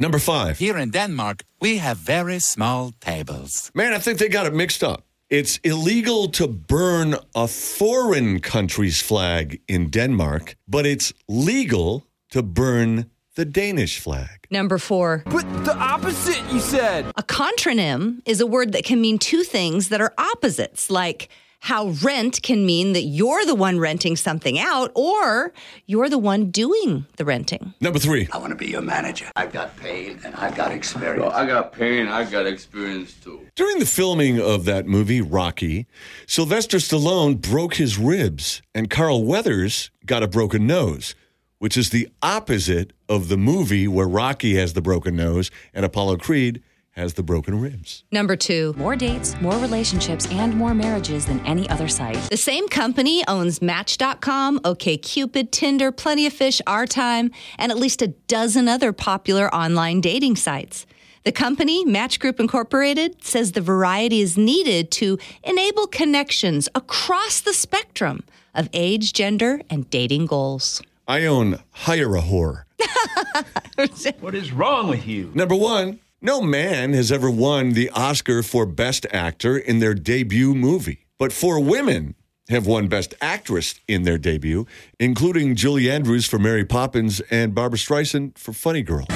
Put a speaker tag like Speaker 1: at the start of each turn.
Speaker 1: Number five.
Speaker 2: Here in Denmark, we have very small tables.
Speaker 1: Man, I think they got it mixed up. It's illegal to burn a foreign country's flag in Denmark, but it's legal to burn the Danish flag.
Speaker 3: Number four.
Speaker 4: But the opposite, you said.
Speaker 3: A contronym is a word that can mean two things that are opposites, like how rent can mean that you're the one renting something out or you're the one doing the renting.
Speaker 1: Number three.
Speaker 5: I want to be your manager. I've got pain and I've got experience.
Speaker 6: I got pain. I got experience too.
Speaker 1: During the filming of that movie, Rocky, Sylvester Stallone broke his ribs and Carl Weathers got a broken nose, which is the opposite of the movie where Rocky has the broken nose and Apollo Creed has the broken ribs.
Speaker 3: Number two.
Speaker 7: More dates, more relationships, and more marriages than any other site.
Speaker 3: The same company owns Match.com, OKCupid, Tinder, Plenty of Fish, Our Time, and at least a dozen other popular online dating sites. The company, Match Group Incorporated, says the variety is needed to enable connections across the spectrum of age, gender, and dating goals.
Speaker 1: I own Hire a Whore.
Speaker 4: What is wrong with you?
Speaker 1: Number one, no man has ever won the Oscar for Best Actor in their debut movie, but four women have won Best Actress in their debut, including Julie Andrews for Mary Poppins and Barbara Streisand for Funny Girl.